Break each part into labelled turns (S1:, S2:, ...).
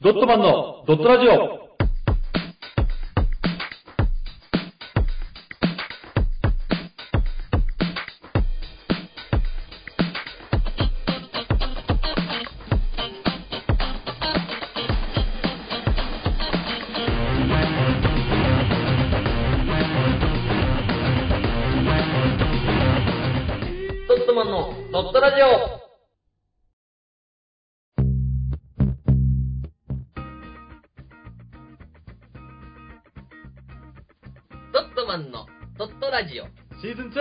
S1: ドットマンのドットラジオ。
S2: ドットマンのドットラジオドットマンのドットラジオ
S3: シーズン 2!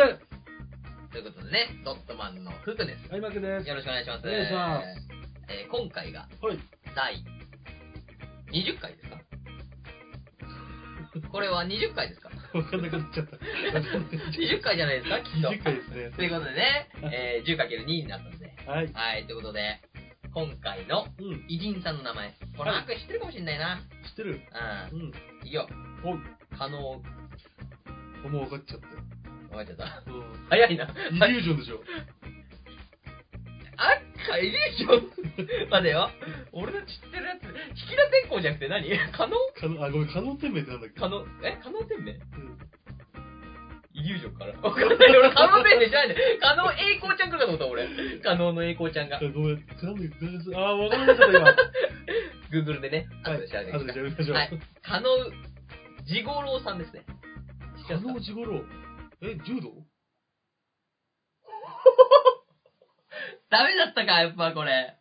S2: ということでね、ドットマンのフクです。
S3: 開幕です。
S2: よろしくお願いします。
S3: お願いします
S2: えー今回が
S3: はい。
S2: 第20回 ですかこれは20回で すか
S3: わかんなくなっちゃった。
S2: ?20 回じゃないですかきっと。
S3: 20回ですね。
S2: ということでね、えー 10×2 になったんで。
S3: はい。
S2: はい、ということで、今回の
S3: うん。
S2: 偉人さんの名前。これなんか知ってるかもしんないな。
S3: 知ってるう。
S2: うんん。いいよ。
S3: おい。
S2: 可能、
S3: もう分かっちゃったよ。
S2: 分かっちゃった。
S3: うん。
S2: 早いな。
S3: イリュージョンでしょ。
S2: あっか、いいでしょ。待てよ。俺の知ってるやつ、引き出天功じゃなくて何可能
S3: かのあ、ごめん、可能天命ってなんだっけ
S2: 可能、え可能天命
S3: うん
S2: イリュージョンから。わかんない。俺、可能天命じゃないんだよ。可能栄光ちゃん来るかと思った、俺。可能の栄光ちゃんが。
S3: あごめん、なんだっけ全然あ、わかんなかった今。
S2: Google でね、
S3: は
S2: 後
S3: い。
S2: で調べて
S3: あ
S2: み
S3: と
S2: て
S3: で
S2: くださ
S3: 調べま
S2: い。
S3: しょう
S2: はい。可能、地五郎さんですね。知っ
S3: 可
S2: てますか
S3: 能時頃。え、柔道
S2: ダメだったか、やっぱこれ。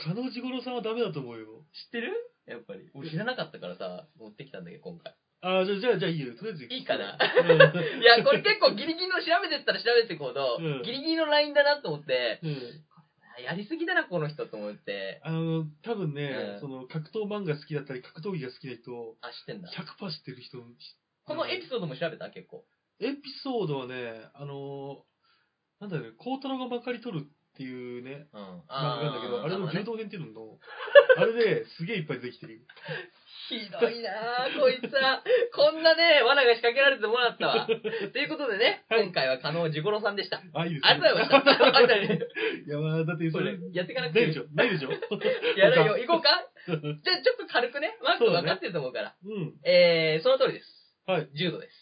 S3: 可能時頃さんはダメだと思うよ。
S2: 知ってるやっぱり。俺知らなかったからさ、持ってきたんだけど、今回。
S3: あ、じゃあ、じゃあ、じゃあいいよ。とりあえず。
S2: いいかな
S3: うん
S2: いや、これ結構ギリギリの調べてったら調べていくほど、
S3: うん
S2: ギリギリのラインだなと思って、
S3: うん。
S2: あやりすぎだな、この人と思って。
S3: あの、多分
S2: う
S3: ね
S2: ん、
S3: その、格闘漫画好きだったり、格闘技が好きな人、
S2: あ、知ってんだ。
S3: 100%知ってる人、
S2: このエピソードも調べた結構。
S3: エピソードはね、あのーなんだよね、孝太郎がまかり取るっていうね、
S2: うん。
S3: 漫画なんだけど、あれの
S2: な
S3: 柔
S2: るほどね
S3: 道編っていうのの、あれですげえいっぱい出てきてるよ。
S2: ひどいなぁ、こいつは。 こんなね、罠が仕掛けられてもらった わ。ということでね、
S3: はい
S2: 今回は加納ジゴロさんでした。
S3: あ、いいです
S2: ありがとうございました。ありがとうございま し
S3: いや、まあ、だって
S2: たこ
S3: それ
S2: れ、、やっていかなくて
S3: ない
S2: い
S3: でしょないでしょ
S2: やるよ。行こうかじゃあ、ちょっと軽くね、マーク分かってると思うから。
S3: うん。
S2: えー、その通りです。
S3: はい。
S2: 柔 道です。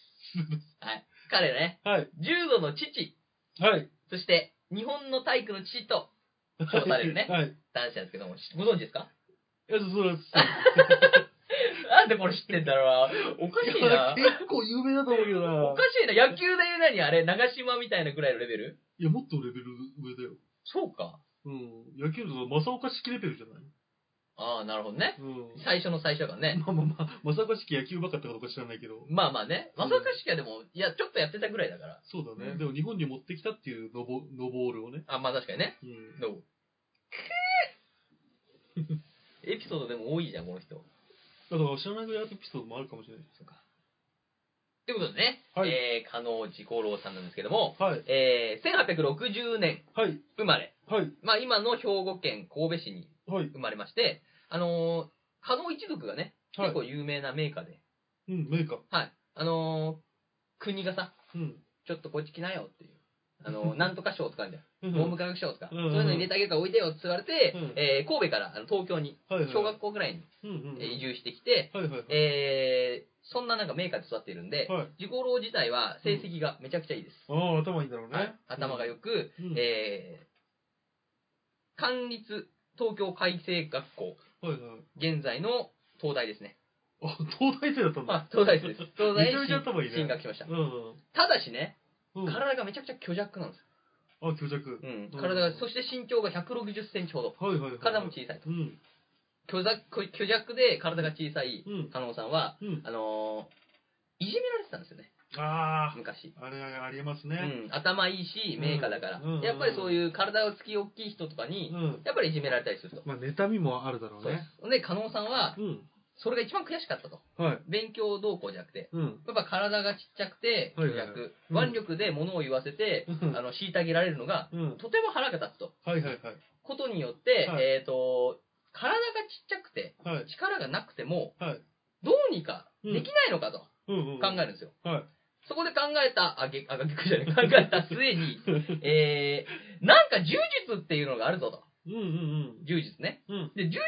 S2: はい。彼ね、
S3: はい。
S2: 柔道の父、
S3: はい。
S2: そして、日本の体育の父と、評されるね
S3: はい。
S2: 男子なんですけども、ご存知ですか
S3: いや、そうそう。
S2: なんでこれ知ってんだろうなおかしいな。
S3: 結構有名だと思うけどな
S2: お。かしいな。野球で言うなにあれ、長島みたいなくらいのレベル
S3: いや、もっとレベル上だよ。
S2: そうか。
S3: うん。野球部の正岡式レベルじゃない
S2: ああ、なるほどね。
S3: う
S2: 最初の最初だからね
S3: ん。。まあまあまあ、正岡式野球ばかったかどうか知らないけど。
S2: まあまあね。まさかしかでも、いや、ちょっとやってたぐらいだから。
S3: そうだね、
S2: うん
S3: でも日本に持ってきたっていうのぼのボールをね、
S2: あ、まあ確かにね。
S3: うん
S2: どうくー エピソードでも多いじゃん、この人。
S3: だから知らないぐらいエピソードもあるかもしれないです
S2: ということでね、
S3: はい
S2: えー、加納治五郎さんなんですけども、
S3: はい
S2: えー、1860年
S3: はい
S2: 生まれ、
S3: はい
S2: まあ、今の兵庫県神戸市に
S3: はい
S2: 生まれまして、あのー、加納一族がね、
S3: は
S2: 結
S3: い
S2: 構有名な名家で、
S3: うんメーカー
S2: はい、あのー、国がさ、
S3: うん
S2: ちょっとこっち来なよっていう。あ のー、なんとか賞とかあるじゃん。
S3: うん
S2: 文部科学賞とか、
S3: うんうん
S2: そういうの入れてあげるからおいでよって言われて、
S3: うん
S2: えー神戸からあの東京に、
S3: はいはい
S2: 小学校ぐらいに
S3: うんうんうん
S2: えー移住してきて、
S3: はいはいはい
S2: えー、そんななんか名家で育っているんで、
S3: はい
S2: 自五郎自体は成績がめちゃくちゃいいです。
S3: ああ頭いいんだろうね、
S2: はい頭が良く、
S3: うん
S2: えー、官立東京開成学校、
S3: はいはい
S2: 現在の東大ですね。
S3: あ東大生だったんだ、
S2: あ、東大生です。東大
S3: めちゃめちゃ頭いいね
S2: 進学しました
S3: う。ん
S2: ただしね、
S3: うんあ
S2: 体がめちゃくちゃ虚弱なんですよ。
S3: 虚弱
S2: うん、
S3: うん
S2: 体が、そして身長が160センチほど。
S3: はいはいはい
S2: 体も小さいと。
S3: うん
S2: 虚弱虚弱で体が小さい
S3: うん
S2: 加納さんは、
S3: うん
S2: あのーいじめられてたんですよね、
S3: ああ
S2: 昔。
S3: あれありえます
S2: う
S3: ね
S2: ん、頭いいし、名家だから、
S3: うんうん
S2: やっぱりそういう体をつき大きい人とか
S3: う
S2: に、
S3: ん
S2: やっぱりいじめられたりすると。
S3: まあ妬みもあるだろう
S2: そうで
S3: ね
S2: す。で、加納さんは、
S3: うん
S2: それが一番悔しかったと。
S3: はい
S2: 勉強どうこうじゃなくて。
S3: うん
S2: やっぱ体がちっちゃくて、
S3: はい
S2: 弱、
S3: はいはいうん
S2: 腕力で物を言わせて、
S3: うん
S2: あの、虐げられるのが、
S3: うん
S2: とても腹が立つと。
S3: はいはいはい
S2: ことによって、
S3: はい
S2: えっ、と、体がちっちゃくて、
S3: はい
S2: 力がなくても、
S3: はい
S2: どうにかできないのかと
S3: うんうん
S2: 考えるんですよ。
S3: はい
S2: そこで考えた、あ げ、あげくじゃない、考えた末に、えー、なんか柔術っていうのがあるぞと。
S3: うんうん
S2: 柔術ね。
S3: うん。うん。
S2: で、柔術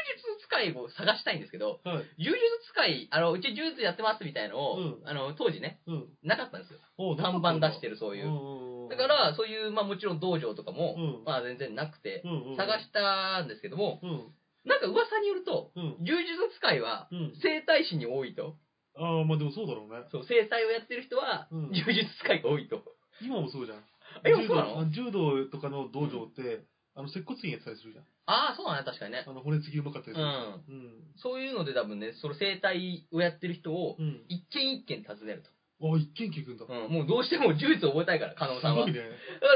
S2: 使いを探したいんですけど、
S3: はい。
S2: 柔術使い、あの、うち柔術やってますみたいのを、
S3: うん
S2: あの、当時ね、
S3: うん。
S2: なかったんですよ。
S3: お
S2: 看板出して
S3: る
S2: るそうい
S3: ん
S2: う。
S3: んうん
S2: だから、そういう、まあもちろん道場とかも、
S3: うん
S2: まあ全然なくて、
S3: うんうんうん、
S2: 探したんですけども、
S3: うん。
S2: なんか噂によると、
S3: うん。
S2: 柔術使いは、
S3: うん。
S2: 整体師に多いと。
S3: ああ、まあでもそうだろうね。
S2: そう、整体をやってる人は、
S3: うん
S2: 柔術使いが多いと。
S3: 今もそうじゃん。
S2: え今そうなの
S3: 柔道柔道とかの道場って、あの、接骨院やってたりするじゃん。
S2: ああ、そうだね、確かにね。
S3: あの、骨付きうまかったりするじゃん。うん。
S2: そういうので多分ね、その整体をやってる人を、
S3: うん。
S2: 一軒一軒訪ねる
S3: あ、一軒聞くんだ。
S2: と。うん、もうどうしても柔術を覚えたいから、加納
S3: す
S2: さんは。
S3: ご
S2: だ
S3: い
S2: か
S3: ね。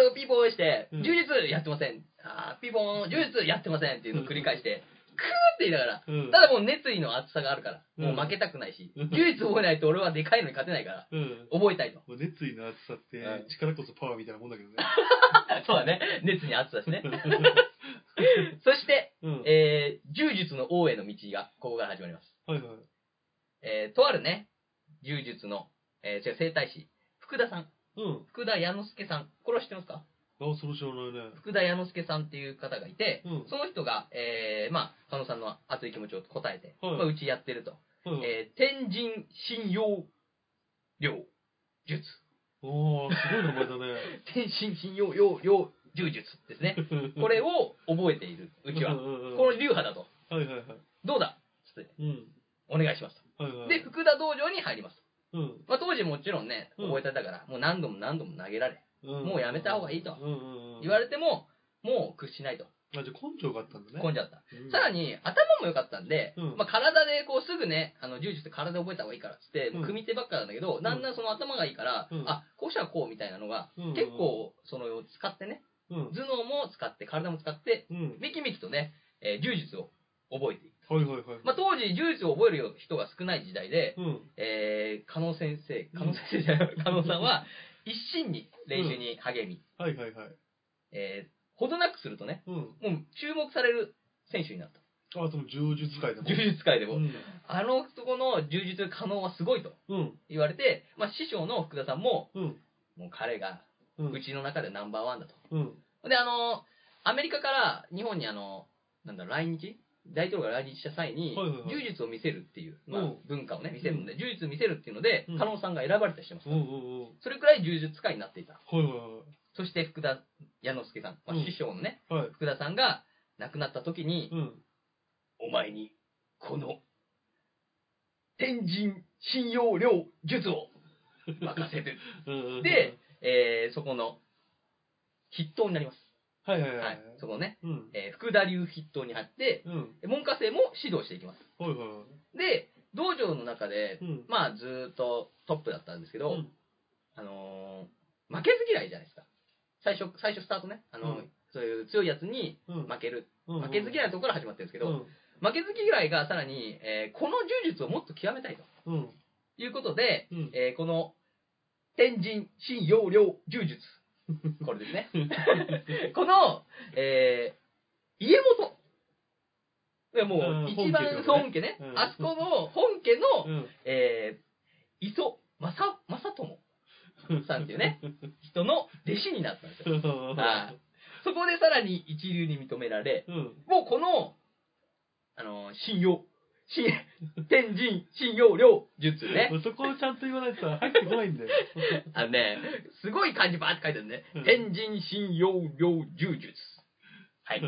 S2: らピーポーして、
S3: うん
S2: 柔術やってません。あーピーポーン、柔術やってませんっていうのを繰り返して、クーって言いながら。
S3: うん。
S2: ただもう熱意の厚さがあるから、
S3: う
S2: も
S3: ん
S2: う負けたくないし、
S3: うん
S2: 柔術覚えないと俺はでかいのに勝てないから、
S3: うん。
S2: 覚えたいと。
S3: もう熱意の熱さって、
S2: うん
S3: 力こそパワーみたいなもんだけどね。
S2: そうだね。熱に熱さです ね。そして、
S3: うん。
S2: えー、柔術の王への道が、ここから始まります。
S3: はいはい。
S2: えー、とあるね、柔術の、えー、違う、整体師、福田さん。
S3: うん。
S2: 福田矢之助さん。これは知ってますか
S3: あ、それ知らないね。
S2: 福田矢之助さんっていう方がいて、
S3: うん
S2: その人が、えー、まあ、加納さんの熱い気持ちを答えて、
S3: はい
S2: まあ、うちやってると。
S3: はいはい。
S2: えー、天神信用療術。
S3: おー、すごい名前だね。
S2: 天神信用療療柔術です ね。 これを覚えている、うちは。
S3: ん
S2: こ
S3: んうん
S2: の流派だと。
S3: はいはいはい。
S2: どうだつって、
S3: うん。
S2: お願いしますと。
S3: はいはい。
S2: で、福田道場に入ります。
S3: うん、
S2: まあ、当時もちろんね、
S3: うん
S2: 覚えてたから、もう何度も何度も投げられ、
S3: うん。
S2: もうやめた方がいいと
S3: うんうんうん、
S2: 言われ
S3: て。
S2: ても、もう屈しないと。
S3: あ、じゃあ根性があったんだね。
S2: 混んじゃった。
S3: うん
S2: さらに、頭も良かったんで、
S3: うん
S2: まあ、体でこうすぐね、あの、柔術って体覚えた方がいいからっつって、
S3: うん
S2: 組み手ばっかなんだけど、だんだんその頭がいいから、
S3: うん
S2: あ、こうしたらこうみたいなのが、
S3: うん
S2: 結構、その、使ってね、
S3: うん。
S2: 頭脳も使って、体も使って、
S3: うん。
S2: めきめきとね、えー柔術を覚えていく。
S3: はいはいはい。
S2: まあ、当時、柔術を覚える人が少ない時代で、
S3: うん。
S2: えー、加納先生、加納先生じゃ ない、加納さんは、一心に練習に励み、
S3: はいはいはい。
S2: えー、ほどなくするとね、
S3: うん。
S2: もう注目される選手になった。
S3: あ、その柔術界でも。
S2: 柔術界でも。
S3: うん。
S2: あのとこの柔術可能はすごいと
S3: うん。
S2: 言われて、まあ、師匠の福田さんも、
S3: うん。
S2: もう彼が、
S3: うん。
S2: うちの中でナンバーワンだと。
S3: うん。
S2: で、あの、アメリカから日本にあの、なんだろう、来日大統領が来日した際に
S3: はいはいは、い
S2: 柔術を見せるっていう、まあ
S3: うん、
S2: 文化をね、見せるので、柔術を見せるっていうので
S3: うん、
S2: 加納さんが選ばれたりしてます
S3: おう。おう
S2: それくらい柔術家になっていた。
S3: おう。はいは
S2: そして福田矢之助さん、まあ
S3: うん
S2: 師匠のね、
S3: いはい。はい。
S2: 福田さんが亡くなった時に、
S3: うん。
S2: お前に、この、天神信用量術を任 せる。
S3: うん。
S2: で、えー、そこの、筆頭になります。
S3: はいはい
S2: は
S3: はいい。。
S2: そこをね、
S3: うん。
S2: えー福田流筆頭に貼って、
S3: うん。
S2: 文科生も指導していきます。
S3: はいはいは
S2: で、道場の中で
S3: い。、うん。
S2: まあ、ずーっとトップだったんですけど、
S3: うん
S2: あのー負けず嫌いじゃないですか。最初、最初スタートね。あのー
S3: うん
S2: そういう強いやつに
S3: うん。
S2: 負ける。
S3: うん
S2: 負けず嫌いのところから始まってるんですけど、
S3: うん。
S2: 負けず嫌いがさらに、えーこの柔術をもっと極めたいと
S3: うん。
S2: いうことで、
S3: うん。
S2: えーこの、天神新容量 柔術。これですね。 この、えー家元。でも
S3: う
S2: う、
S3: ん
S2: 一番
S3: 本家ってことね
S2: 本家ね。
S3: うん
S2: あそこの本家の、
S3: うん。
S2: えー磯正、正友さんってい うね、人の弟子になったんですよ。はいそこでさらに一流に認められ、
S3: うん。
S2: もうこの、あのー信 用、信、天神信用量術ね。
S3: そこをちゃんと言わないとさ、入ってこないんだよ。
S2: あのね、すごい漢字ばーって書いてあるね
S3: うん。
S2: 天神信用量柔術。はい。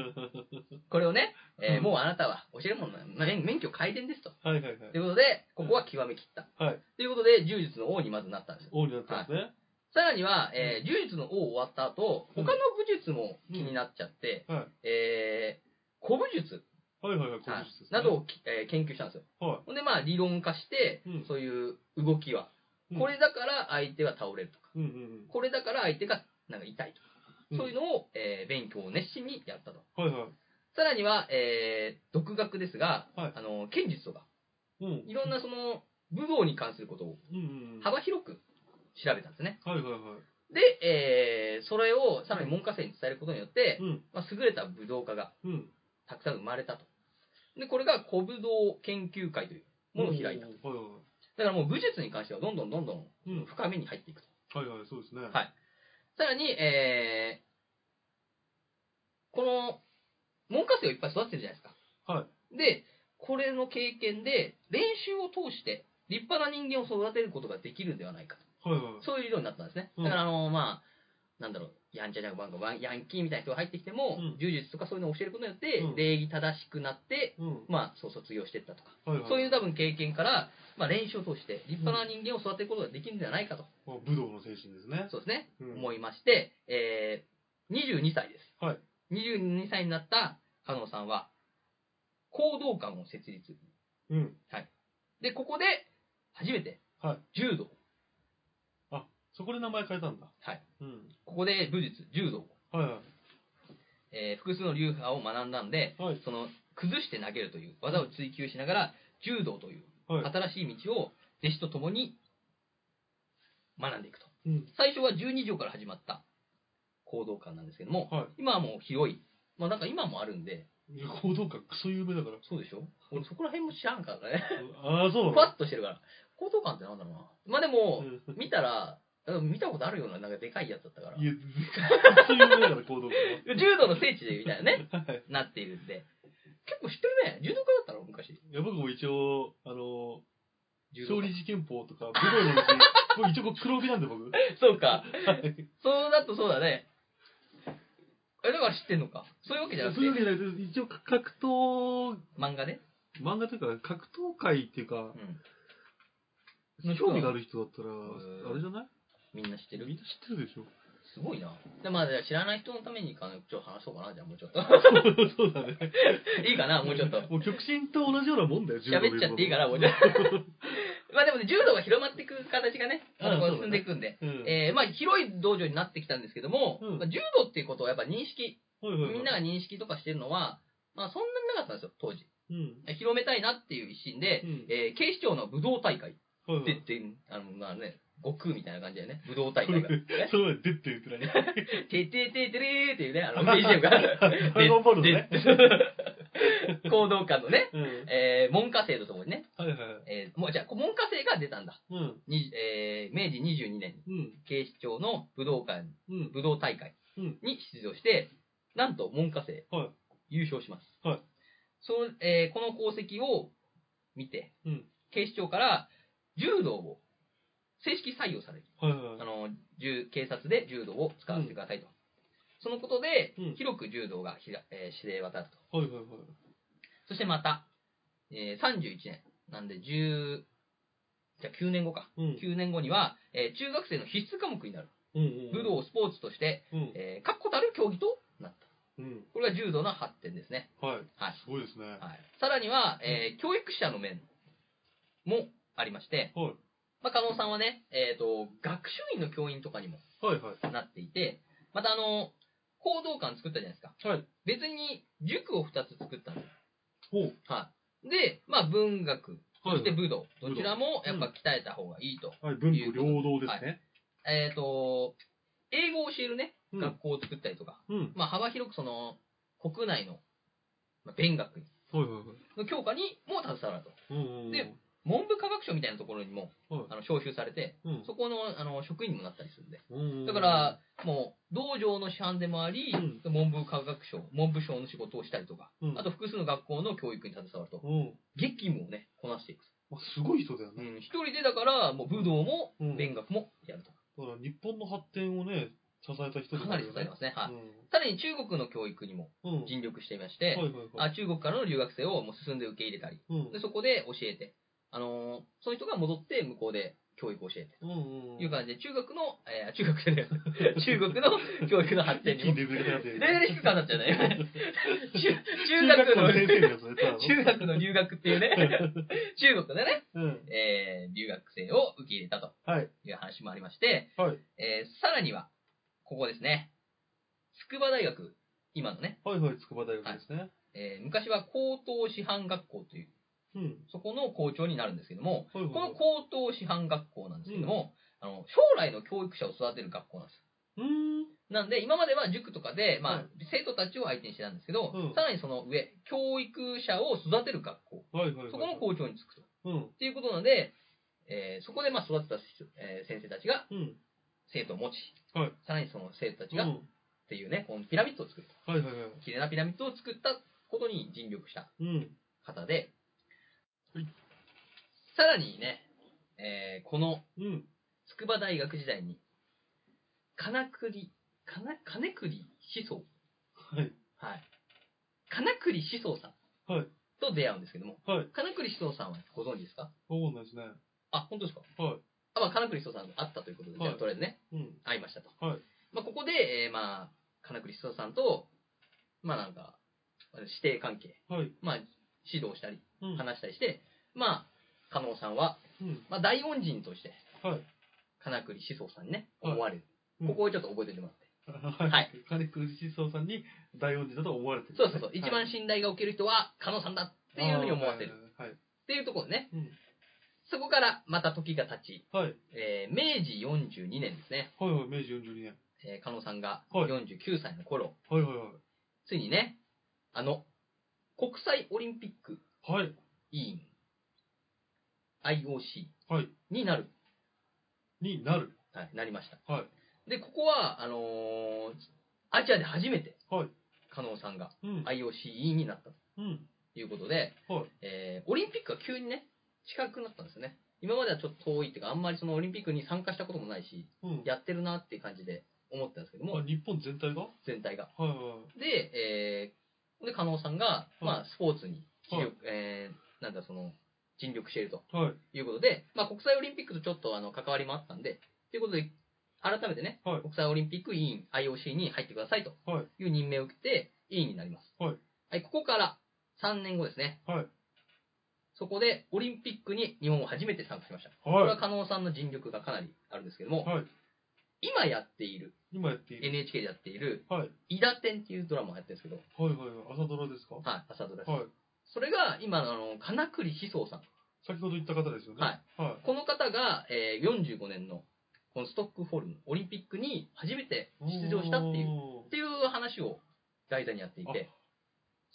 S2: これをね、えー
S3: うん
S2: もうあなたは教えるもんな、ま免免許改伝ですと。
S3: はいはいはい
S2: とい。うことで、ここは極めきった。
S3: はい。
S2: ということで、柔術の王にまずなったんですよ。
S3: 王になったんですね。
S2: さらには、えー柔術の王終わった後、
S3: うん
S2: 他の武術も気になっちゃって、
S3: はい。
S2: えー古武術、
S3: はいはいはい、
S2: はい
S3: 古武術ですね
S2: などをき、えー研究したんですよ。
S3: は
S2: ほんで、まあ、理論化して、
S3: うん
S2: そういう動きは、
S3: い。
S2: これだから相手が倒れるとか、
S3: うん、うんうん
S2: これだから相手がなんか痛いとか、
S3: うん。
S2: そういうのを、えー勉強を熱心にやったと。
S3: はいはい。
S2: さらには、えー独学ですが、
S3: はい
S2: あの、剣術とか、
S3: うん。
S2: いろんなその、武道に関することを
S3: うんうんうん。はい
S2: 幅広く調べたんですね。
S3: はいは
S2: で、えーそれをさらに文科生に伝えることによって
S3: い。、うん。
S2: まあ、優れた武道家が
S3: うん。
S2: たくさん生まれたと。で、これが古武道研究会というものを開いた。だ
S3: はいは
S2: からもう武術に関してはどんどんどんどん
S3: い。うん。
S2: 深めに入っていくと。
S3: はいはい、そうですね。
S2: はいさらに、えーこの門下生をいっぱい育ててるじゃないですか。
S3: は
S2: で、これの経験で、練習を通して、立派な人間を育てることができるんではないかと。
S3: い。はいはい。
S2: そういう理論になったんですね。
S3: うん
S2: だから、あの、まあ、なんだろう、やんちゃじゃんか、ヤンキーみたいな人が入ってきても、
S3: うん
S2: 柔術とかそういうのを教えることによって、
S3: うん
S2: 礼儀正しくなって、
S3: うん。
S2: まあ、そう卒業していったとか。
S3: はいはい。
S2: そういう多分経験から、まあ、練習を通して、立派な人間を育てることができるんではないかと。
S3: まあ武道の精神ですね。
S2: そうですね。
S3: うん
S2: 思いまして、えー、22歳です。
S3: はい。
S2: 22歳になった加納さんは、行動館を設立。
S3: うん。
S2: で、ここで、初めて、
S3: はい。
S2: 柔道。
S3: そこで名前変えたんだ。
S2: はい。
S3: うん。
S2: ここで武術、柔道、
S3: はいは
S2: えー複数の流派を学んだんで、
S3: い。はい。
S2: その、崩して投げるという技を追求しながら、柔道という
S3: はい。
S2: 新しい道を弟子と共に学んでいくと。
S3: うん。
S2: 最初は12条から始まった行動館なんですけども、
S3: は
S2: 今はもう広い。まあなんか今もあるんで、
S3: い。いや、行動感クソ有名だ から。
S2: そうでしょ俺そこら辺も知らんからね。
S3: ああ、 そう
S2: ふわっとしてるから。行動感ってなんだろうな。まあで
S3: なの
S2: も、
S3: う
S2: 見たら、うん見たことあるような、なんかでかいやつだったから
S3: ん。い。や、クソ有名だから、行動感
S2: 柔道の聖地みたいなね、
S3: は。はい。
S2: なっているんで。結構知ってるね。柔道家だったの 昔。
S3: いや、僕も一応、あの、
S2: 柔道
S3: 勝
S2: 家
S3: 利事件法 とか、武道の道、僕一応こう黒帯なんで僕。はい。
S2: そうか。 そうだとそうだね。え、だから知ってんのか。そういうわけじゃなく
S3: そういうわ
S2: て、
S3: けじゃないです。 一応、格闘、
S2: 漫画ね。
S3: 漫画というか、格闘界っていうか、
S2: うん。
S3: 興味がある人だったら、
S2: ん
S3: あれじゃない
S2: みんな知ってる
S3: みんな知ってるでし ょ。
S2: すごいな。でまあ、じゃあ知らない人のためにかな、ちょっと話そうかな、じゃあもうちょっ と。
S3: そうだね。
S2: いいかな、もうちょっと。
S3: もう極真と同じようなもんだよ、柔道で
S2: 喋っちゃっていいかな、もうちょっと。ま あでもね、柔道が広まっていく形 がね、またこう進んでいくんで。
S3: うん。
S2: えーまあ、広い道場になってきたんですけども、
S3: うん
S2: まあ、柔道っていうことをやっぱ認識、
S3: はいはいはい
S2: みんなが認識とかしてるのは、まあ、そんなになかったんですよ、当時。
S3: うん。
S2: 広めたいなっていう一心で、
S3: うん
S2: えー警視庁の武道大会、
S3: はいは
S2: で
S3: い
S2: ってん、あの、まあね、悟空みたいな感じだよね、武道大会 が。
S3: その前に出てるって何
S2: ててててれーっていう ね、あの、BGM が。
S3: ドラゴンボールのね。
S2: で。行動館のね、
S3: うん。
S2: えー、門下生とともにね、
S3: はいはいはい。
S2: えー、もう、じゃあ、門下生が出たんだ。
S3: うん。
S2: にえー、明治22年、
S3: うん。
S2: 警視庁の武道館、
S3: うん。
S2: 武道大会
S3: うん
S2: に出場して、なんと門下生、
S3: は
S2: 優勝します。
S3: はい
S2: そうえー、この功績を見て、
S3: うん
S2: 警視庁から柔道を正式採用される。
S3: はいはい
S2: あ
S3: はい。
S2: の銃警察で柔道を使わせてくださいと、そのことで、
S3: うん
S2: 広く柔道がひら、えー知れ渡ると
S3: はいはいはい。
S2: そしてまた、えー31年なんで10じゃあ9年後か
S3: うん。
S2: 9年後には、えー中学生の必須科目になる
S3: うんうんうん
S2: 武道をスポーツとして、
S3: うん。
S2: えー確固たる競技となった
S3: うん。
S2: これが柔道の発展ですね、
S3: はい。
S2: はい
S3: すごいですね。は
S2: はい、さらには、えー教育者の面もありまして、
S3: い。
S2: まあ、加納さんはね、えー、と学習院の教員とかにも
S3: はいはい。
S2: なっていて、またあの、行動館作ったじゃないですか。
S3: はい。
S2: 別に塾を2つ作ったんです。
S3: おう
S2: はい。で、まあ文学、
S3: は
S2: そ
S3: い
S2: して
S3: はい。
S2: 武道、
S3: 武道
S2: どちらもやっぱ鍛えた方がいいと。
S3: はい、文武両道ですね。
S2: えっ、と、英語を教えるね、
S3: うん
S2: 学校を作ったりとか、
S3: うん。
S2: まあ幅広くその、国内の、まあ、勉学
S3: はいはいはい。
S2: の強化にも携わると。
S3: うんうんうん。
S2: で文部科学省みたいなところにも、
S3: はい
S2: あの招集されて、
S3: うん
S2: そこのあの職員にもなったりするんで。
S3: うん。
S2: だから、、もう、道場の師範でもあり、
S3: う
S2: 文部科学省、文部省の仕事をしたりとか、
S3: うん
S2: あと、複数の学校の教育に携わると、
S3: うん。
S2: 激務をね、こなしていく。
S3: まあ、すごい人だよ
S2: う
S3: ね。
S2: ん、一人でだから、もう武道も
S3: うん
S2: 勉学もやると。
S3: だから、日本の発展をね、支えた人
S2: かなり支えて
S3: す
S2: ますね。はい。
S3: ね。
S2: さらに中国の教育にも
S3: うん。うん。
S2: 尽力していまして、
S3: はいはいはい。
S2: あ中国からの留学生をもう進んで受け入れたり、
S3: うん。
S2: でそこで教えて、あのーその人が戻って向こうで教育を教えて。
S3: うんうんうん。
S2: という感じで、中学の、えー中学じゃない 中国の教育の発展
S3: 一
S2: に
S3: 気に
S2: も。
S3: レベルが上がって
S2: レ
S3: る
S2: ベル低くなっちゃうね。中
S3: 中
S2: 中学
S3: 学
S2: の
S3: の先生のやつね。ただの
S2: 中学の留学っていうね、中国でね、
S3: うん。
S2: えー留学生を受け入れたと
S3: はい。
S2: いう話もありまして、
S3: はい。
S2: えーさらには、ここですね、筑波大学、今のね、
S3: はいはい、筑波大学ですね。
S2: えー昔は高等師範学校という、
S3: うん。
S2: そこの校長になるんですけども、
S3: はいはい。
S2: この高等師範学校なんですけども、あの将来の教育者を育てる学校なんです。
S3: うーん。
S2: なんで、今までは塾とかで、まあ
S3: はい
S2: 生徒たちを相手にしてたんですけど、
S3: うん
S2: さらにその上、教育者を育てる学校、
S3: はいはいはい。
S2: そこの校長につくと。
S3: うん。
S2: っていうことなので、えーそこでまあ育てた人、えー先生たちが
S3: うん。
S2: 生徒を持ち、
S3: はい
S2: さらにその生徒たち
S3: う
S2: が
S3: ん。
S2: っていうね、このピラミッドを作った。
S3: はいはいはい。
S2: 綺麗なピラミッドを作ったことに尽力した
S3: うん。
S2: 方で、
S3: はい
S2: さらにね、えーこの
S3: うん。
S2: 筑波大学時代に、金栗、金、金栗思想
S3: はい。
S2: はい。金栗志宗さん。
S3: はい
S2: と出会うんですけども。
S3: はい。
S2: 金栗志宗さんはご存知ですか
S3: わかんないですね。
S2: あ、本当ですか
S3: は
S2: あ、まあ、金栗志宗さんと会ったということで、
S3: はい
S2: じゃあとりあえずね、
S3: い。うん。
S2: 会いましたと。
S3: はい。
S2: まあ、ここで、えーまあ、金栗志宗さんと、まあなんか、師弟関係、
S3: はい。
S2: まあ、指導したり、
S3: うん。
S2: 話したりして、まあ、加納さんは、
S3: うん。
S2: まあ、大恩人として、
S3: はい。
S2: 金栗志宗さんにね、
S3: はい
S2: 思われる。
S3: うん
S2: ここをちょっと覚えておいてもらって。
S3: はい。金苦しそうさんに大恩人だと思われてる。
S2: そうそうそう。
S3: はい
S2: 一番信頼がおける人は、加納さんだっていうふうに思わせる。っ。
S3: あーはい。
S2: ていうところでね。
S3: うん
S2: そこからまた時が経ち、
S3: はい。
S2: えー明治42年ですね、
S3: はいはい。明治42年。
S2: えー、加納さんが
S3: はい
S2: 49歳の頃、
S3: はいはい
S2: ついにね、あの、国際オリンピック
S3: はい。はい。
S2: 委員、IOC
S3: はい。
S2: になる、
S3: になる。
S2: はい、なりました。
S3: は
S2: で、ここは、あのーアジアで初めて、
S3: はい
S2: 加納さんが
S3: い。うん。
S2: IOC 委員になったと
S3: うん。
S2: いうことで、
S3: はい
S2: えーオリンピックが急にね、近くなったんですよね。今まではちょっと遠いっていうか、あんまりそのオリンピックに参加したこともないし、
S3: うん。
S2: やってるなっていう感じで思ってたんですけど
S3: あ
S2: も、
S3: 日本全体がは
S2: 全体が。
S3: いは
S2: で、えー、で、加納さんが、
S3: い
S2: まあ、スポーツに、尽
S3: はい
S2: 力、えー、なんだ、その、尽力していると
S3: い。はい。
S2: いうことで、まあ、国際オリンピックとちょっと、あの、関わりもあったんで、ということで、改めてね、
S3: はい
S2: 国際オリンピック委員、IOC に入ってくださいと
S3: はい
S2: いう任命を受けて、委員になります。
S3: はい。
S2: はい、ここから3年後ですね。
S3: はい。
S2: そこで、オリンピックに日本を初めて参加しました。これ
S3: は
S2: は加納さんの尽力がかなりあるんですけども
S3: い。、はい。
S2: 今やっている、
S3: 今やっている。
S2: NHK でやっている、
S3: はい。
S2: 伊田天っていうドラマをやってるんですけど、
S3: はいはいはい。朝ドラですかは
S2: はい、朝ドラです
S3: い。
S2: それが今のあの金栗志宗さん。
S3: 先ほど言った方ですよね。
S2: はい。
S3: は
S2: この方が、えー45年のこのストックホルムオリンピックに初めて
S3: い。
S2: 出場したっていう、
S3: お
S2: っ
S3: ー
S2: ていう話を題材にやっていて、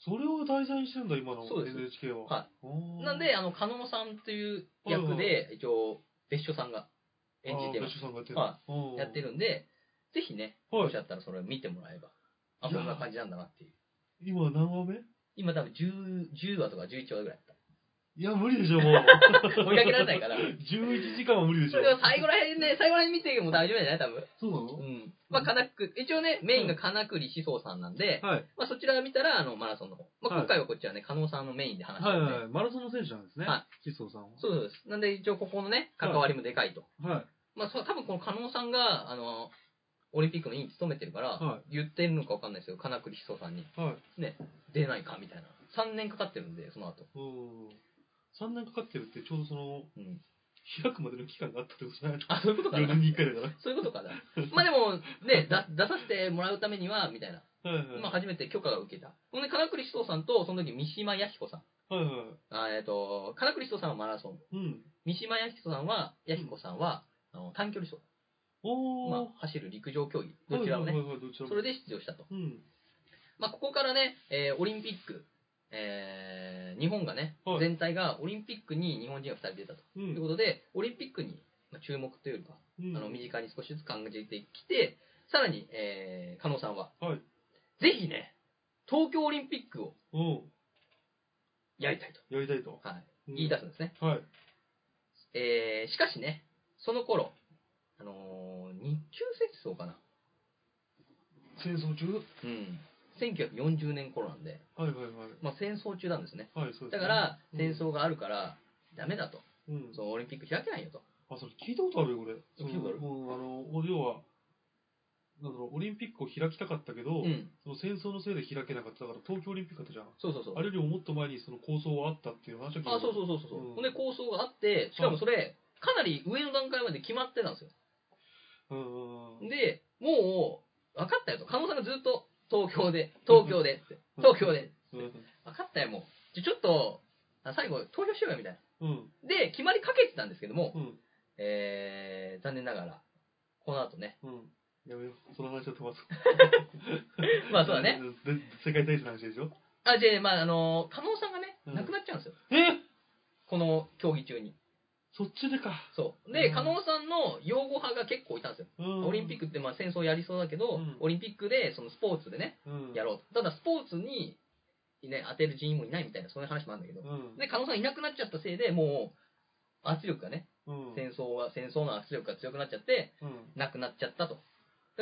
S3: それを題材にしてんだ、今の
S2: そうです
S3: NHK は。。
S2: はいなんで、、あの、加納さんという役で、一応、別所さんが演じてま
S3: あー別所さんがやって
S2: は
S3: る。
S2: す。やって
S3: る。
S2: るんで、ぜひね、
S3: は
S2: も
S3: い
S2: し。あったらそれを見てもらえば、あ、
S3: いや
S2: こ
S3: ー
S2: んな感じなんだなっていう。
S3: 今何話目
S2: 今多分10、10話とか11話ぐらいだっ
S3: いや、無理でしょ、もう。
S2: た。 追いかけられないから。
S3: 11時間は無理でし
S2: そ
S3: ょ。
S2: れは最後らへんね、最後らへん見ても大丈夫じゃない多分。
S3: そうなの
S2: うん。まあ、金栗、一応ね、メインが金栗志宗さんなんで、
S3: はい。
S2: まあ、そちら見たら、あの、マラソンの方。まあ、
S3: はい
S2: 今回はこっちはね、加納さんのメインで話して
S3: は
S2: る
S3: い
S2: んで、
S3: はい。マラソンの選手なんですね。
S2: は
S3: キソさんは。
S2: そうそうです。なんで、一応ここのね、関わりもでかいと。
S3: はい。
S2: まあ、そう多分この加納さんが、あの、オリンピックの委員務めてるから、
S3: は
S2: 言ってるのかわかんないですけど、金栗久さんに、
S3: はい。
S2: 出ないかみたいな。3年かかってるんで、その後。
S3: うん。3年かかってるって、ちょうどその、
S2: うん。
S3: 開くまでの期間があったってことじゃないの
S2: あ、そういうことか
S3: 4
S2: な
S3: 年。に1回だか
S2: そういうことかな。まあでも、ね、だ出させてもらうためには、みたいな。
S3: ら。はいはい。
S2: まあ、初めて許可が受けた。ほんで、金栗久さんと、その時、三島弥彦さん。
S3: はいは
S2: あえっ、と、金栗久さんはマラソン。
S3: い。うん。
S2: 三島弥彦さんは、弥彦さんは、あの短距離走、
S3: おー。
S2: まあ、走る陸上競技、どちらも
S3: は
S2: ね
S3: い、はいはい、どちらも。
S2: それで出場したと。
S3: うん。
S2: まあ、ここからね、えーオリンピック、えー日本がね
S3: は、い
S2: 全体がオリンピックに日本人が2人出たと。
S3: う。
S2: というんことで、オリンピックにまあ注目というよりか、
S3: うん
S2: あの、身近に少しずつ感じてきて、さらに、えー、加納さんは、
S3: はい。
S2: ぜひね、東京オリンピックを
S3: お
S2: やりたいと、
S3: やりたいと。
S2: はい、
S3: うん
S2: 言い出すんですね。
S3: はい。
S2: えーしかしね、その頃、あのー日中戦争かな。
S3: 戦争中
S2: うん、1940年頃なんで、
S3: はいはいはい。
S2: まあ、戦争中なんですね。
S3: はい、そうですね
S2: だから、
S3: うん
S2: 戦争があるから、ダメだと。
S3: うん
S2: そ。のオリンピック開けないよと。
S3: あ、それ聞いたことあるよ、俺。その
S2: 聞いたことある
S3: もう、あの、お要は、なんだろう、オリンピックを開きたかったけど、
S2: うん。
S3: その戦争のせいで開けなかっただから、東京オリンピックだったじゃん。
S2: そうそうそう。
S3: あれよりももっと前にその構想はあったっていう話を聞いた。
S2: あ、そうそうそうそう。
S3: うん
S2: ほんで、構想があって、しかもそれ、かなり上の段階まで決まってたんですよ。
S3: う。うんうんうん。
S2: で、もう、分かったよと。加納さんがずっと、東京で、東京でって、
S3: うん
S2: 東京で、
S3: うん
S2: 分かったよ、もう。じゃ、ちょっと、あ最後、投票しようよ、みたいな。
S3: うん。
S2: で、決まりかけてたんですけども、
S3: うん。
S2: えー、残念ながら、この後ね、
S3: うん。やめよう。その話は飛ばそう。
S2: まあそうだね。
S3: で。世界大戦の話でしょ
S2: あ、じゃあ、まあ、あの、加納さんがね、
S3: うん
S2: 亡くなっちゃうんですよ。
S3: え
S2: この競技中に。
S3: そっちでか。
S2: そう。
S3: う
S2: で、
S3: ん
S2: 加納さんの擁護派が結構いたんですよ。
S3: オ
S2: オリンピックってまあ戦争やりそうだけど、
S3: うん
S2: オリンピックでそのスポーツでね、
S3: ク
S2: や
S3: ろ
S2: ろうと。ただスポーツに、ね、当てる人員もいないみたいな、そういう話もあるんだけど。
S3: うん。
S2: で、加納さんいなくなっちゃったせいで、もう、圧力がね、
S3: うん、
S2: 戦争は、戦争の圧力が強くなっちゃって、
S3: うん
S2: なくなっちゃったと。だか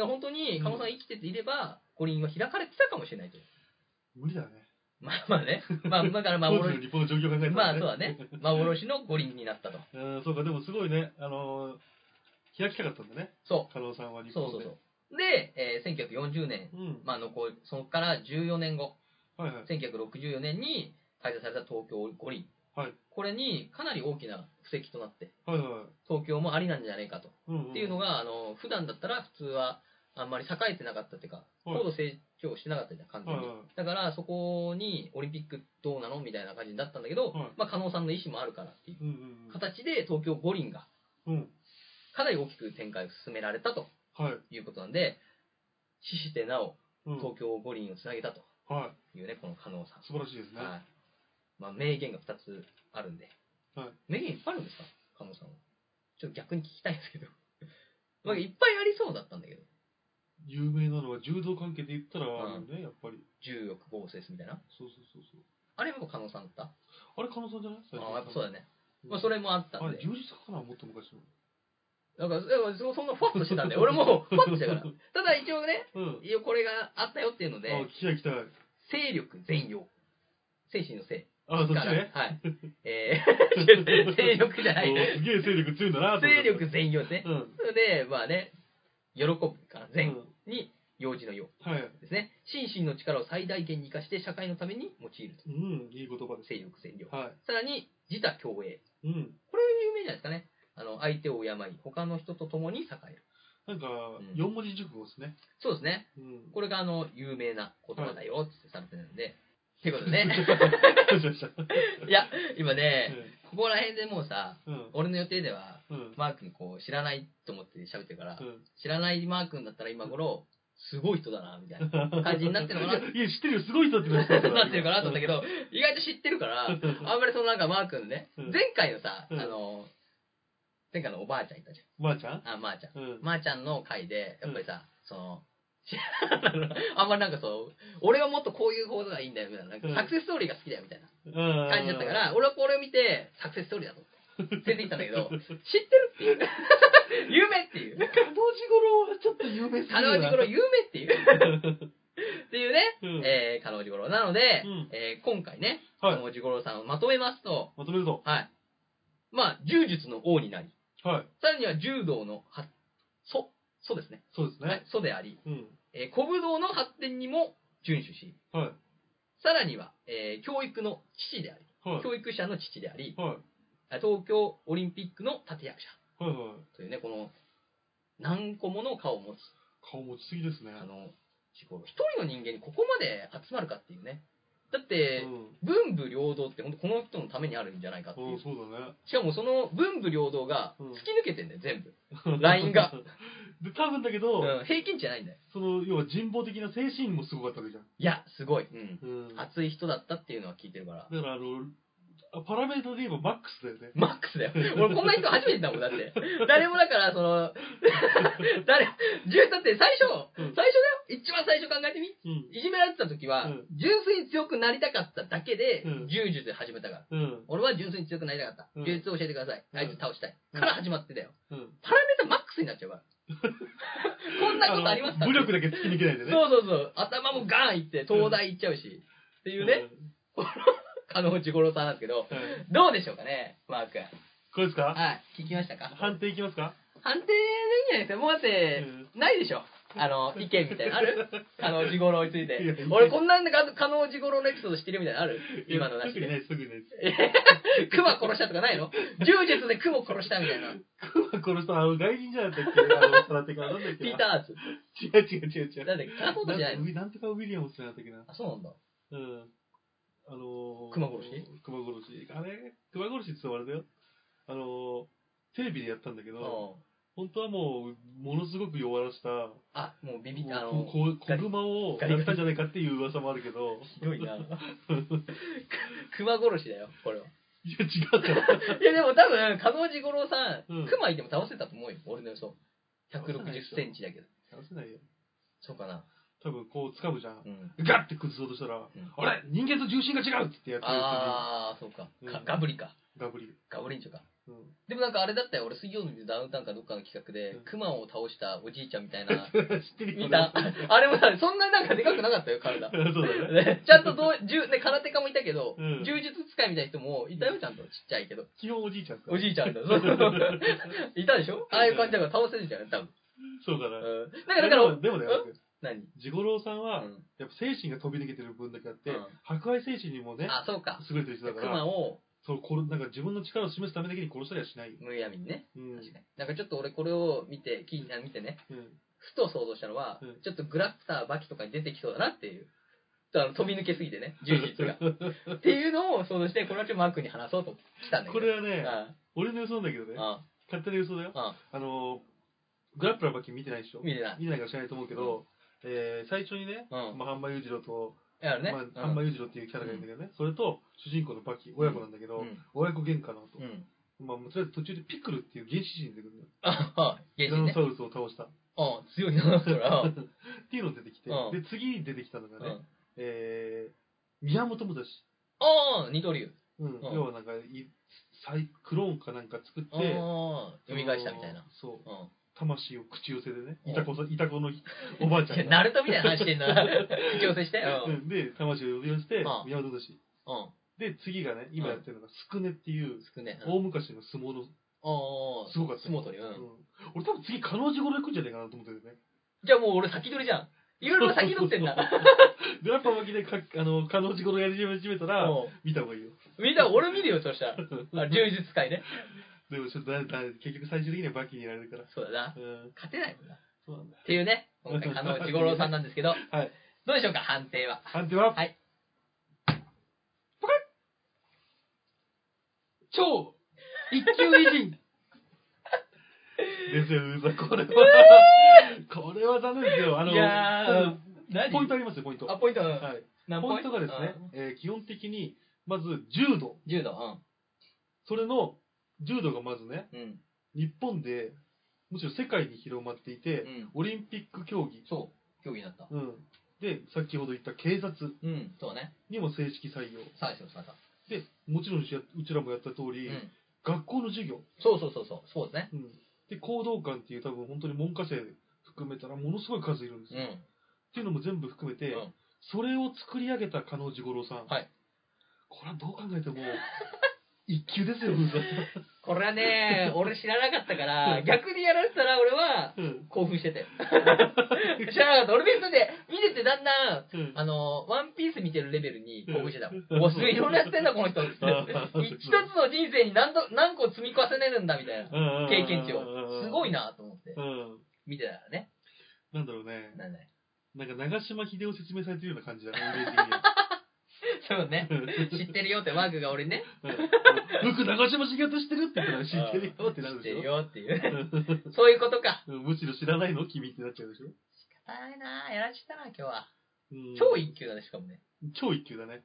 S2: ら本当に、加納さんが生きてていれば、五輪は開かれてたかもしれないという。
S3: 無理だね。
S2: まあまあね。まあ、だから
S3: 当時の
S2: 幻、
S3: 日本の状況考えたらね
S2: まあそうだね。幻の五輪になったと。
S3: うん、そうか、でもすごいね、あのー、開きたかったんだね、
S2: そ
S3: 加納さんは
S2: う。
S3: 日
S2: そう
S3: 本
S2: そう
S3: で。
S2: そう。で、えー1940年、
S3: うん。
S2: まあ残り、そこから14年後、
S3: はいはい。
S2: 1964年に開催された東京五輪。
S3: はい
S2: これにかなり大きな布石となって、
S3: はいはい。
S2: 東京もありなんじゃないかと。
S3: うんん
S2: っていうのが、あの、普段だったら普通はあんまり栄えてなかったっていうか、
S3: はい
S2: 高度成長してなかったじゃん、完全に
S3: はいはい。
S2: だから、そこにオリンピックどうなのみたいな感じだったんだけど
S3: はい、
S2: まあ、加納さんの意思もあるからってい
S3: うん
S2: う形で東京五輪が
S3: うんうん。うん。
S2: かなり大きく展開を進められたと
S3: はい。
S2: いうことなんで、死してなお
S3: うん。
S2: 東京五輪をつなげたと
S3: は
S2: いうね、この加納さ
S3: い。素晴らしいです
S2: ん。
S3: ね。
S2: はい。まあ、名言が2つあるんで。
S3: はい
S2: 名言いっぱいあるんですか加納さんは。ちょっと逆に聞きたいんですけど。 まあ、いっぱいありそうだったんだけど。
S3: 有名なのは柔道関係で言ったらあ
S2: う
S3: るよね、やっぱり。
S2: 10億合成みたいな。
S3: そうそうそうそう。
S2: あれも加納さんだった
S3: あれ、加納さんじゃない
S2: あ
S3: 最近
S2: あ、やっぱそうだね。
S3: うん
S2: まあ、それもあった
S3: あ
S2: ん
S3: れ、
S2: で。
S3: 充実かな、もっと昔の。
S2: だから、だからそそんなふわっとして たんで、俺もふわっとしてたから。ただ一応ね、
S3: うん。
S2: 一応これがあったよっていうの
S3: あ
S2: で、、
S3: 来たい来たい。
S2: 精力全容。精神の精。
S3: あ、そっ
S2: か
S3: ち
S2: ら
S3: ね。
S2: はい。えー、 精力じゃない。
S3: おすげえ勢力強いんだなと思 っ
S2: 精
S3: た
S2: 力全容ですね。
S3: うん。
S2: それで、まあね、喜ぶから
S3: う
S2: 善
S3: ん
S2: に、用事の用
S3: はい。
S2: ですね。心身の力を最大限に活かして社会のために用いると。
S3: うん、いい言葉です。
S2: 精力全容。
S3: は
S2: さらに、自他共栄。
S3: い。うん。
S2: これ有名じゃないですかね。あの、相手を敬い、他の人と共に栄える。
S3: なんか
S2: ん、
S3: 四文字熟語ですね。
S2: そうですね。
S3: うん。
S2: これがあの、有名な言葉だよってされてるんで。ってことでね。
S3: どうしました
S2: いや、今ね、
S3: う
S2: ここら辺でもうさ、
S3: ん。
S2: 俺の予定では、
S3: うん。
S2: マー君こう、知らないと思って喋ってるから
S3: う、ん
S2: 知らないマー君だったら今頃、すごい人だな、みたいな感じになってるのかな。
S3: いや、知ってるよ、すごい人ってなって
S2: なってるかなと思ったけ
S3: ど。
S2: ど、意外と知ってるから、あんまりそのなんかマー君ね、
S3: うん
S2: 前回のさ、あ
S3: うん
S2: の、前回のおばあちゃんいたじ
S3: まーちゃん
S2: ゃん。あ、まーちゃん。
S3: うん。
S2: まーちゃんの回で、やっぱりさ、その、 あんまりなんかそう、俺はもっとこういう方がいいんだよみたいな、なんか
S3: うん
S2: サクセスストーリーが好きだよみたいな
S3: 感
S2: 感じだったか、ら、俺はこれを見て、サクセスストーリーだと思って、連れて行ったんだけど、知ってるっていう。 有名っていう。
S3: 彼女頃はちょっと有名すぎ
S2: 彼
S3: るな
S2: 女頃有名っ ていう。っていうね、
S3: うん
S2: えー、彼女頃。なので、
S3: うん
S2: えー今回ね、
S3: はい
S2: 彼女頃さんをまとめますと、
S3: まとめるぞ。
S2: はい。まあ、柔術の王になり、
S3: はい。
S2: さらには柔道の発、祖、祖ですね。
S3: そうです
S2: はい
S3: ね。、
S2: 祖であり、
S3: うん。
S2: えー古武道の発展にも遵守し、
S3: はい。
S2: さらには、えー教育の父であり、
S3: はい。
S2: 教育者の父であり、
S3: はい。
S2: 東京オリンピックの立役者
S3: はいはい。
S2: というね、この、何個もの顔を持つ、
S3: 顔持ちすぎですね。
S2: あの、一人の人間にここまで集まるかっていうね。だって、
S3: うん。、。
S2: 文武両道って本当この人のためにあるんじゃないかっていううん
S3: そうだね。
S2: しかもその文武両道が
S3: うん
S2: 突き抜けてんだよ、全部。ラインが。
S3: で、多分だけど、
S2: うん、平均値じゃないんだよ。
S3: その、要は人望的な精神もすごかったわけじゃん。
S2: いや、すごい。うん。
S3: うん。だか
S2: 熱い人だったっていうのは聞いてるから。
S3: ら、あの、あパラメータで言えばマックスだよね。
S2: マックスだよ。俺こんな人初めてだもん、だ って。誰もだから、その、 誰、純だって最初、
S3: う
S2: 最初
S3: ん
S2: だよ。一番最初考えてみ。
S3: うん。
S2: いじめられてた時は
S3: うん、
S2: 純粋に強くなりたかっただけで
S3: う、ん
S2: 柔術で始めたから。
S3: うん。
S2: 俺は純粋に強くなりたかった。
S3: うん
S2: 柔術を教えてください。あいつ倒したい。
S3: うん
S2: から始まってたよ。
S3: うん。
S2: パラメータマックスになっちゃう から。こんなことあります
S3: の
S2: か
S3: 武力だけ突き抜けないんで
S2: そう
S3: ね。
S2: そうそう。頭もガーンいって、東大行っちゃうし。っていうね、加納内五郎さんなんですけど、
S3: うん。はい
S2: どうでしょうかね、マー君。
S3: これですか
S2: はい、聞きましたか
S3: 判定いきますか
S2: 判定でいいんじゃないですかもうだって、ないでしょあの、意見みたい なのある加納治五郎について
S3: いやいや。
S2: 俺こんなんで加加納治五郎のエピソード知ってるみたいなのある今の
S3: いや
S2: なし
S3: すぐ
S2: で。
S3: ね、すぐね。
S2: 熊殺したとかないの柔術で熊殺したみたいな。
S3: クマ殺した、あの、外人じゃなかったっけあの、空手家。なんだっけ
S2: ピーターズ。
S3: ー。違う違う違う違う。
S2: なんだっけあ、そうじゃないの
S3: んなんとかウィリアムスじゃなかったっけな。
S2: あ、そうなんだ。
S3: うん。あのー、
S2: 熊殺し
S3: 熊殺し。あれ熊殺しって言ってもあれだよ。あのー、テレビでやったんだけど、
S2: うん
S3: 本当はもう、ものすごく弱らした、も
S2: あ、もうビビった。あ
S3: う
S2: の、
S3: こ小熊を
S2: ガリガリ
S3: やったんじゃないかっていう噂もあるけど、
S2: ひどいな。熊殺しだよ、これは。
S3: いいや、違う から。
S2: いやでも多分、加納治五郎さん、
S3: うん
S2: 熊いても倒せたと思うよ、俺の予想。160センチだけど。
S3: 倒せないよ。
S2: そうかな。
S3: 多分こう掴むじゃん
S2: う。ん。
S3: ガッて崩そうとしたら、
S2: うん
S3: あれ人間と重心が違うっつってやってる
S2: あー、そうか。か
S3: うん
S2: ガブリか。
S3: 時にガブリ。
S2: ガブリンチョか。
S3: うん。
S2: でもなんかあれだったよ、俺水曜日のダウンタウンかどっかの企画で
S3: うん、、
S2: 熊を倒したおじいちゃんみたいな
S3: 知ってるよ
S2: 見た。あれもさ、そんななんかでかくなかったよ、体。
S3: そうだね。
S2: ねちゃんとどう、銃ね、空手家もいたけど、
S3: うん
S2: 柔術使いみたいな人もいたよ、ちゃんと。ちっちゃいけど。
S3: 基本おじいちゃんですか
S2: おじいちゃん だ。そうそうそういたでしょああいう感じだから倒せるんじゃない多分。
S3: そうか
S2: う
S3: な。
S2: ん。だから、だから
S3: で、もでもね、
S2: 何
S3: ジゴロウさんは、
S2: うん
S3: やっぱ精神が飛び抜けてる分だけあって、
S2: うん
S3: 博愛精神にもね、
S2: あ、そうか。
S3: 優れてる人だから、
S2: 熊を
S3: そうこれなんか自分の力を示すためだけに殺したりはしないよ。
S2: むやみにね。
S3: うん。
S2: 確かに。なんかちょっと俺これを見て、聞いあ見てね、
S3: うん、
S2: ふと想像したのは、
S3: うん
S2: ちょっとグラッターバキとかに出てきそうだなっていう。あの飛び抜けすぎて ね、充実が。っていうのを想像して、これはちょっとマークに話そうと来たんだけど。
S3: これはね、
S2: あ
S3: 俺の予想なんだけどね、
S2: あ、
S3: 勝手な予想だよ。
S2: あ
S3: あのー、グラップラーばっき見てないでし
S2: あ、
S3: ょ
S2: 見てない。
S3: 見てないから知らないと思うけど、えー最初にね、
S2: うん
S3: まあ、ハンマー裕次郎と、
S2: やるね。
S3: まあ
S2: うん
S3: ハンマー裕次郎っていうキャラがいるんだけどね、それと主人公のバキ、親子なんだけど、
S2: うん
S3: 親子喧嘩の後、
S2: うん。
S3: まあ、とりあえず途中でピクルっていう原始人出てくるんだよ。
S2: ああ、
S3: ティ
S2: 原神
S3: ラノ
S2: ね
S3: サ。ウルスを倒した。
S2: ああ、強いな、そら。う ん。
S3: っていうの出てきて、
S2: うん
S3: で、次に出てきたのがね、
S2: あ
S3: えー、宮本武蔵。
S2: あ、二刀流。
S3: うん。
S2: ん
S3: 要はなんかい、再クローンかなんか作って、
S2: ああ、蘇したみたいな。。
S3: そう。
S2: うん。
S3: 魂を口寄せでね、
S2: うん
S3: いたこさ、いたこのおばあちゃ
S2: いや
S3: んが。
S2: ナルトみ たいな話し てんな。強制して。う。
S3: うんんで、魂を呼び寄せて、
S2: うん
S3: 宮本武蔵。
S2: うん。
S3: で、次がね、今やってるのが、すくねっていう、
S2: つくね。うん
S3: 大昔の相撲の、
S2: ああ、
S3: すごかった
S2: 相撲取り、う
S3: うん
S2: ん。
S3: 俺多分次、可能時頃行くんじゃないかなと思ってるよね。
S2: じゃあもう俺先取りじゃん。いろいろ先取 ってんだ。
S3: で、やっぱ巻きでか、あの、可能時頃やり始めたら、
S2: う
S3: 見た方がいいよ。
S2: んみんな俺見るよ、そしたら。あ柔術界ね。
S3: でも、ちょっとだ、だ、結局最終的にはバキにやられるから。
S2: そうだな。
S3: うん。
S2: 勝てないもんな。っ
S3: そうなんだ。
S2: ていうね、今回、加納治五郎さんなんですけど、
S3: はい。
S2: どうでしょうか、判定は。
S3: 判定は
S2: はい。
S3: 超一級偉人ですよ、うざ、 これは。これはダメですよ。あの、
S2: いやー
S3: ただ
S2: 何
S3: ポイントありますよ、ポイント。
S2: あ、ポイント、
S3: はい。
S2: 何
S3: ポイントがですね、えー基本的に、まず、柔道。
S2: うん。柔道、
S3: それの、柔道がまずね、
S2: うん。うん。
S3: 日本で、むしろ世界に広まっていて、
S2: うん
S3: オリンピック競技。
S2: そう、競技になった。
S3: うん。で、先ほど言った警察
S2: うん、そうね。
S3: にも正式採用。
S2: 最初の姿。
S3: で、もちろんしやうちらもやった通
S2: う
S3: り、
S2: ん。
S3: 学校の授業、
S2: そうそうそうそう、そうですね。
S3: うんで、行動官っていう多分本当に文科生含めたらものすごい数いるんですよ。っ
S2: う
S3: ていうのも全部含めて、
S2: うん
S3: それを作り上げた加納治五郎さん。
S2: はい
S3: これはどう考えても、一級ですよ、 風
S2: ん。これ はね、俺知らなかったから、逆にやられてたら俺は、
S3: うん。
S2: 興奮し てて。知らなかった。俺別にね、見ててだんだん、
S3: うん
S2: あの、ワンピース見てるレベルに興奮してたもん。おすげえいろんなやってんだ、この人。一つの人生に何度何個積み重ねるんだ、みたいな。経験値を。すごい
S3: な。
S2: なと思って
S3: う。ん。
S2: 見てたらね。
S3: なんだろうね。
S2: なんだね。
S3: なんか長島秀夫説明されてるような感じだね、イメー
S2: そうね。知ってるよってマークが俺にね。
S3: ジ的に。うん僕、長島茂雄と知ってるって言ったら知ってるよってなるでし
S2: 知ってる
S3: ょ。
S2: よっていう。そういうことか。
S3: うんむしろ知らないの君ってなっちゃうでしょ。
S2: 仕方ないなやらしたな、今日は。
S3: うん
S2: 超一級だね、しかもね。
S3: 超一級だね。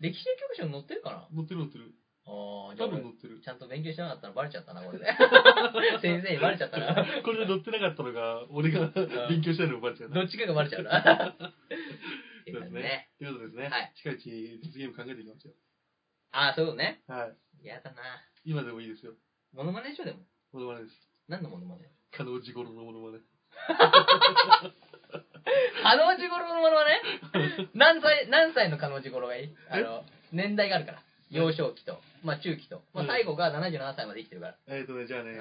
S2: 歴史教科書に載ってるかな
S3: 乗ってる乗ってる。
S2: ああ、じゃ
S3: 多
S2: あ
S3: 分
S2: 俺
S3: 乗ってる。
S2: ちゃんと勉強してなかったらバレちゃっ たな、これで。先生にバレちゃったな。
S3: これで乗ってなかったのが、俺が勉強したのをバレちゃうな。
S2: どっちかがバレちゃうな。ってい
S3: そうう
S2: 感
S3: ですね
S2: じね。。
S3: ということですね。
S2: はい
S3: 近いうち、実ゲーム考えていきましょ
S2: ああ、そういうことね。
S3: う。はい。
S2: 嫌だな。
S3: 今でもいいですよ。
S2: モノマネでしょ、でも。
S3: モノマネです。
S2: 何のモノマネ
S3: 可能時頃のモノマネ。
S2: 加納治五郎のモノマネ何歳、何歳の加納治五郎がいいあの、年代があるから。幼少期と、まあ中期と。まあ
S3: うん
S2: 最後が77歳まで生きてるから。
S3: えっ、ー、とね、じゃあ
S2: う
S3: ね、
S2: ん。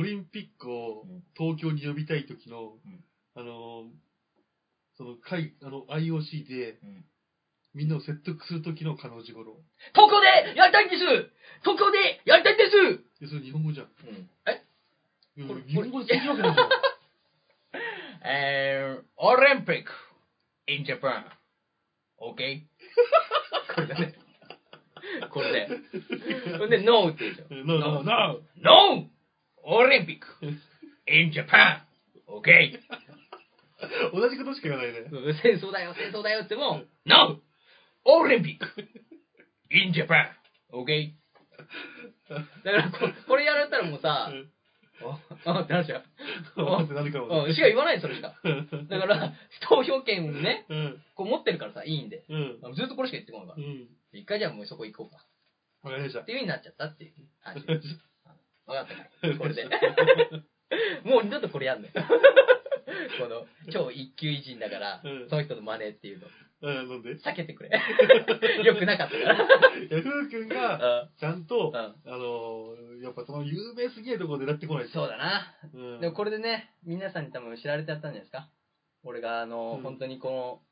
S3: オリンピックを
S2: うん
S3: 東京に呼びたい時の、
S2: うん
S3: あのーその会、あの、IOC でみんなを説得する時の可能時頃。
S2: ここでやりたいんですここでやりたいんです
S3: で、それ日本語じゃん。
S2: うん。え
S3: いや
S2: これ
S3: 日本語でできるわけないじゃん。
S2: えー、オリンピック in Japan。OK? これだね。こ れで。これで No って言うでしょ。
S3: No, no, no!
S2: No! オリンピック in Japan! OK!
S3: 同じことしか言わないね。
S2: 戦争だよ、戦争だよっても、No! オリンピック in Japan! OK? だからこ、これやられたらもうさ、ああって話 じゃん。
S3: あってなるかも
S2: うん、しか言わないそれしか。
S3: うん
S2: だから、投票権をね、
S3: うん
S2: こう持ってるからさ、いいんで。
S3: うん
S2: ずっとこれしか言ってこないか
S3: うん
S2: ら。一回じゃあもうそこ行こうか。
S3: わかりました
S2: っていう風になっちゃったっていう話。分かったか
S3: わかりま
S2: い
S3: した
S2: こ れで。もう二度とこれやんのよ。この、超一級偉人だから、
S3: うん
S2: その人の真似っていうの。
S3: うんなんで
S2: 避け てくれ。よくなかったか
S3: ヤフー君が
S2: ら。
S3: ちゃんと
S2: うん
S3: あのーやっぱその有名すぎるところ狙ってこない
S2: そうだな。
S3: うん
S2: でもこれでね、皆さんに多分知られてやったんじゃないですか。俺が、あの、
S3: うん
S2: 本当にこの、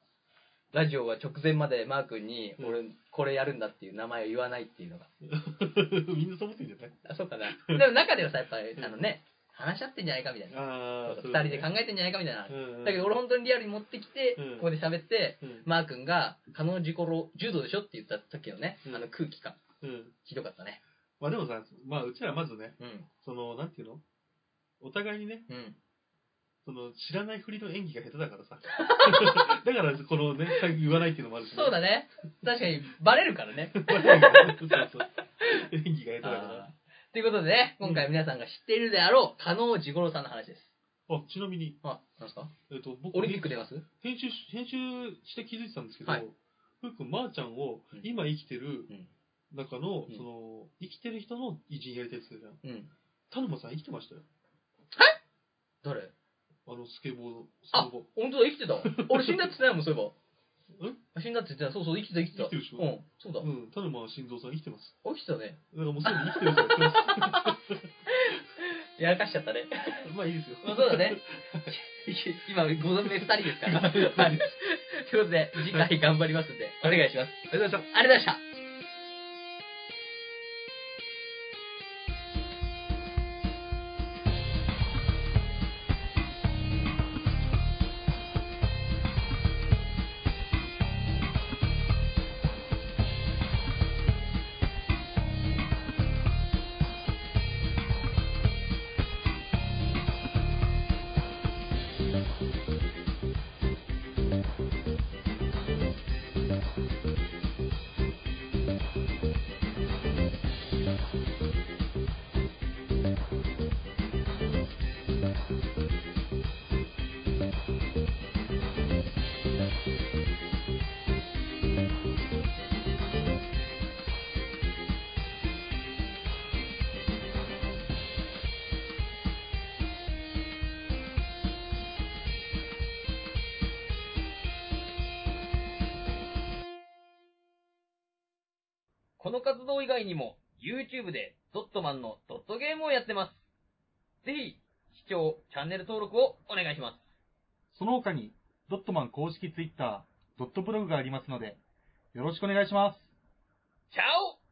S2: ラジオは直前までマー君に、
S3: うん
S2: 俺、これやるんだっていう名前を言わないっていうのが。
S3: みんなそう思ってんじゃない
S2: あ、そうかな。でも中ではさ、やっぱり、あのね、話し合ってんじゃないかみたいな。
S3: ああ
S2: 二人で考えてんじゃないかみたいな。
S3: うん
S2: だけど俺本当にリアルに持ってきて、
S3: うん
S2: ここで喋って、
S3: うん
S2: マー君が、可能事故ろ柔道でしょって言った時のね、
S3: うん
S2: あの空気感、
S3: うん
S2: ひどかったね。
S3: まあでもさまあうちらまずね
S2: うん。
S3: そのなんていうのお互いにね
S2: うん。
S3: その知らない振りの演技が下手だから さだからこのね最後言わないっていうのもあるしね
S2: そうだね。確かに、バレるからね。
S3: そうそう演技が下手だから
S2: あーということでね、今回皆さんが知っているであろう、加納治五郎さんの話です。
S3: あちなみに、
S2: あ、なんですか
S3: えっと、僕
S2: オリンピック出ます
S3: 編集し編集して気づいてたんですけど、
S2: はい
S3: ふうくんまー、ちゃんを
S2: うん
S3: 今生きてる
S2: うん
S3: 中の、
S2: うん
S3: その生きてる人の偉人やりたいって言ってたじゃん
S2: うん。
S3: 田沼さん生きてましたよ
S2: 誰
S3: あのスケボーのス
S2: あ、
S3: ノボ
S2: 本当だ、生きてたわ。俺死んだって言っ てないもん、そういえ
S3: ん
S2: ば。死んだって言ってない。そうそう、生きてた、生きてた。
S3: 生きてるでしょ
S2: うん、そうだ。
S3: うん田沼新三さん生きてます
S2: 起きてたね。
S3: だからもうすでに生きてる人やってます
S2: やらかしちゃったね。
S3: まあいいですよ
S2: まあそうだね。 今、ご存命2人ですから。はい。ということで、次回頑張りますんで、お願いします。
S3: ありがとうございました
S2: ありがとうございました。この活動以外にも、YouTube でドットマンのドットゲームをやってます。ぜひ、視聴、チャンネル登録をお願いします。
S4: その他に、ドットマン公式ツイッター、ドットブログがありますので、よろしくお願いします。
S2: チャオ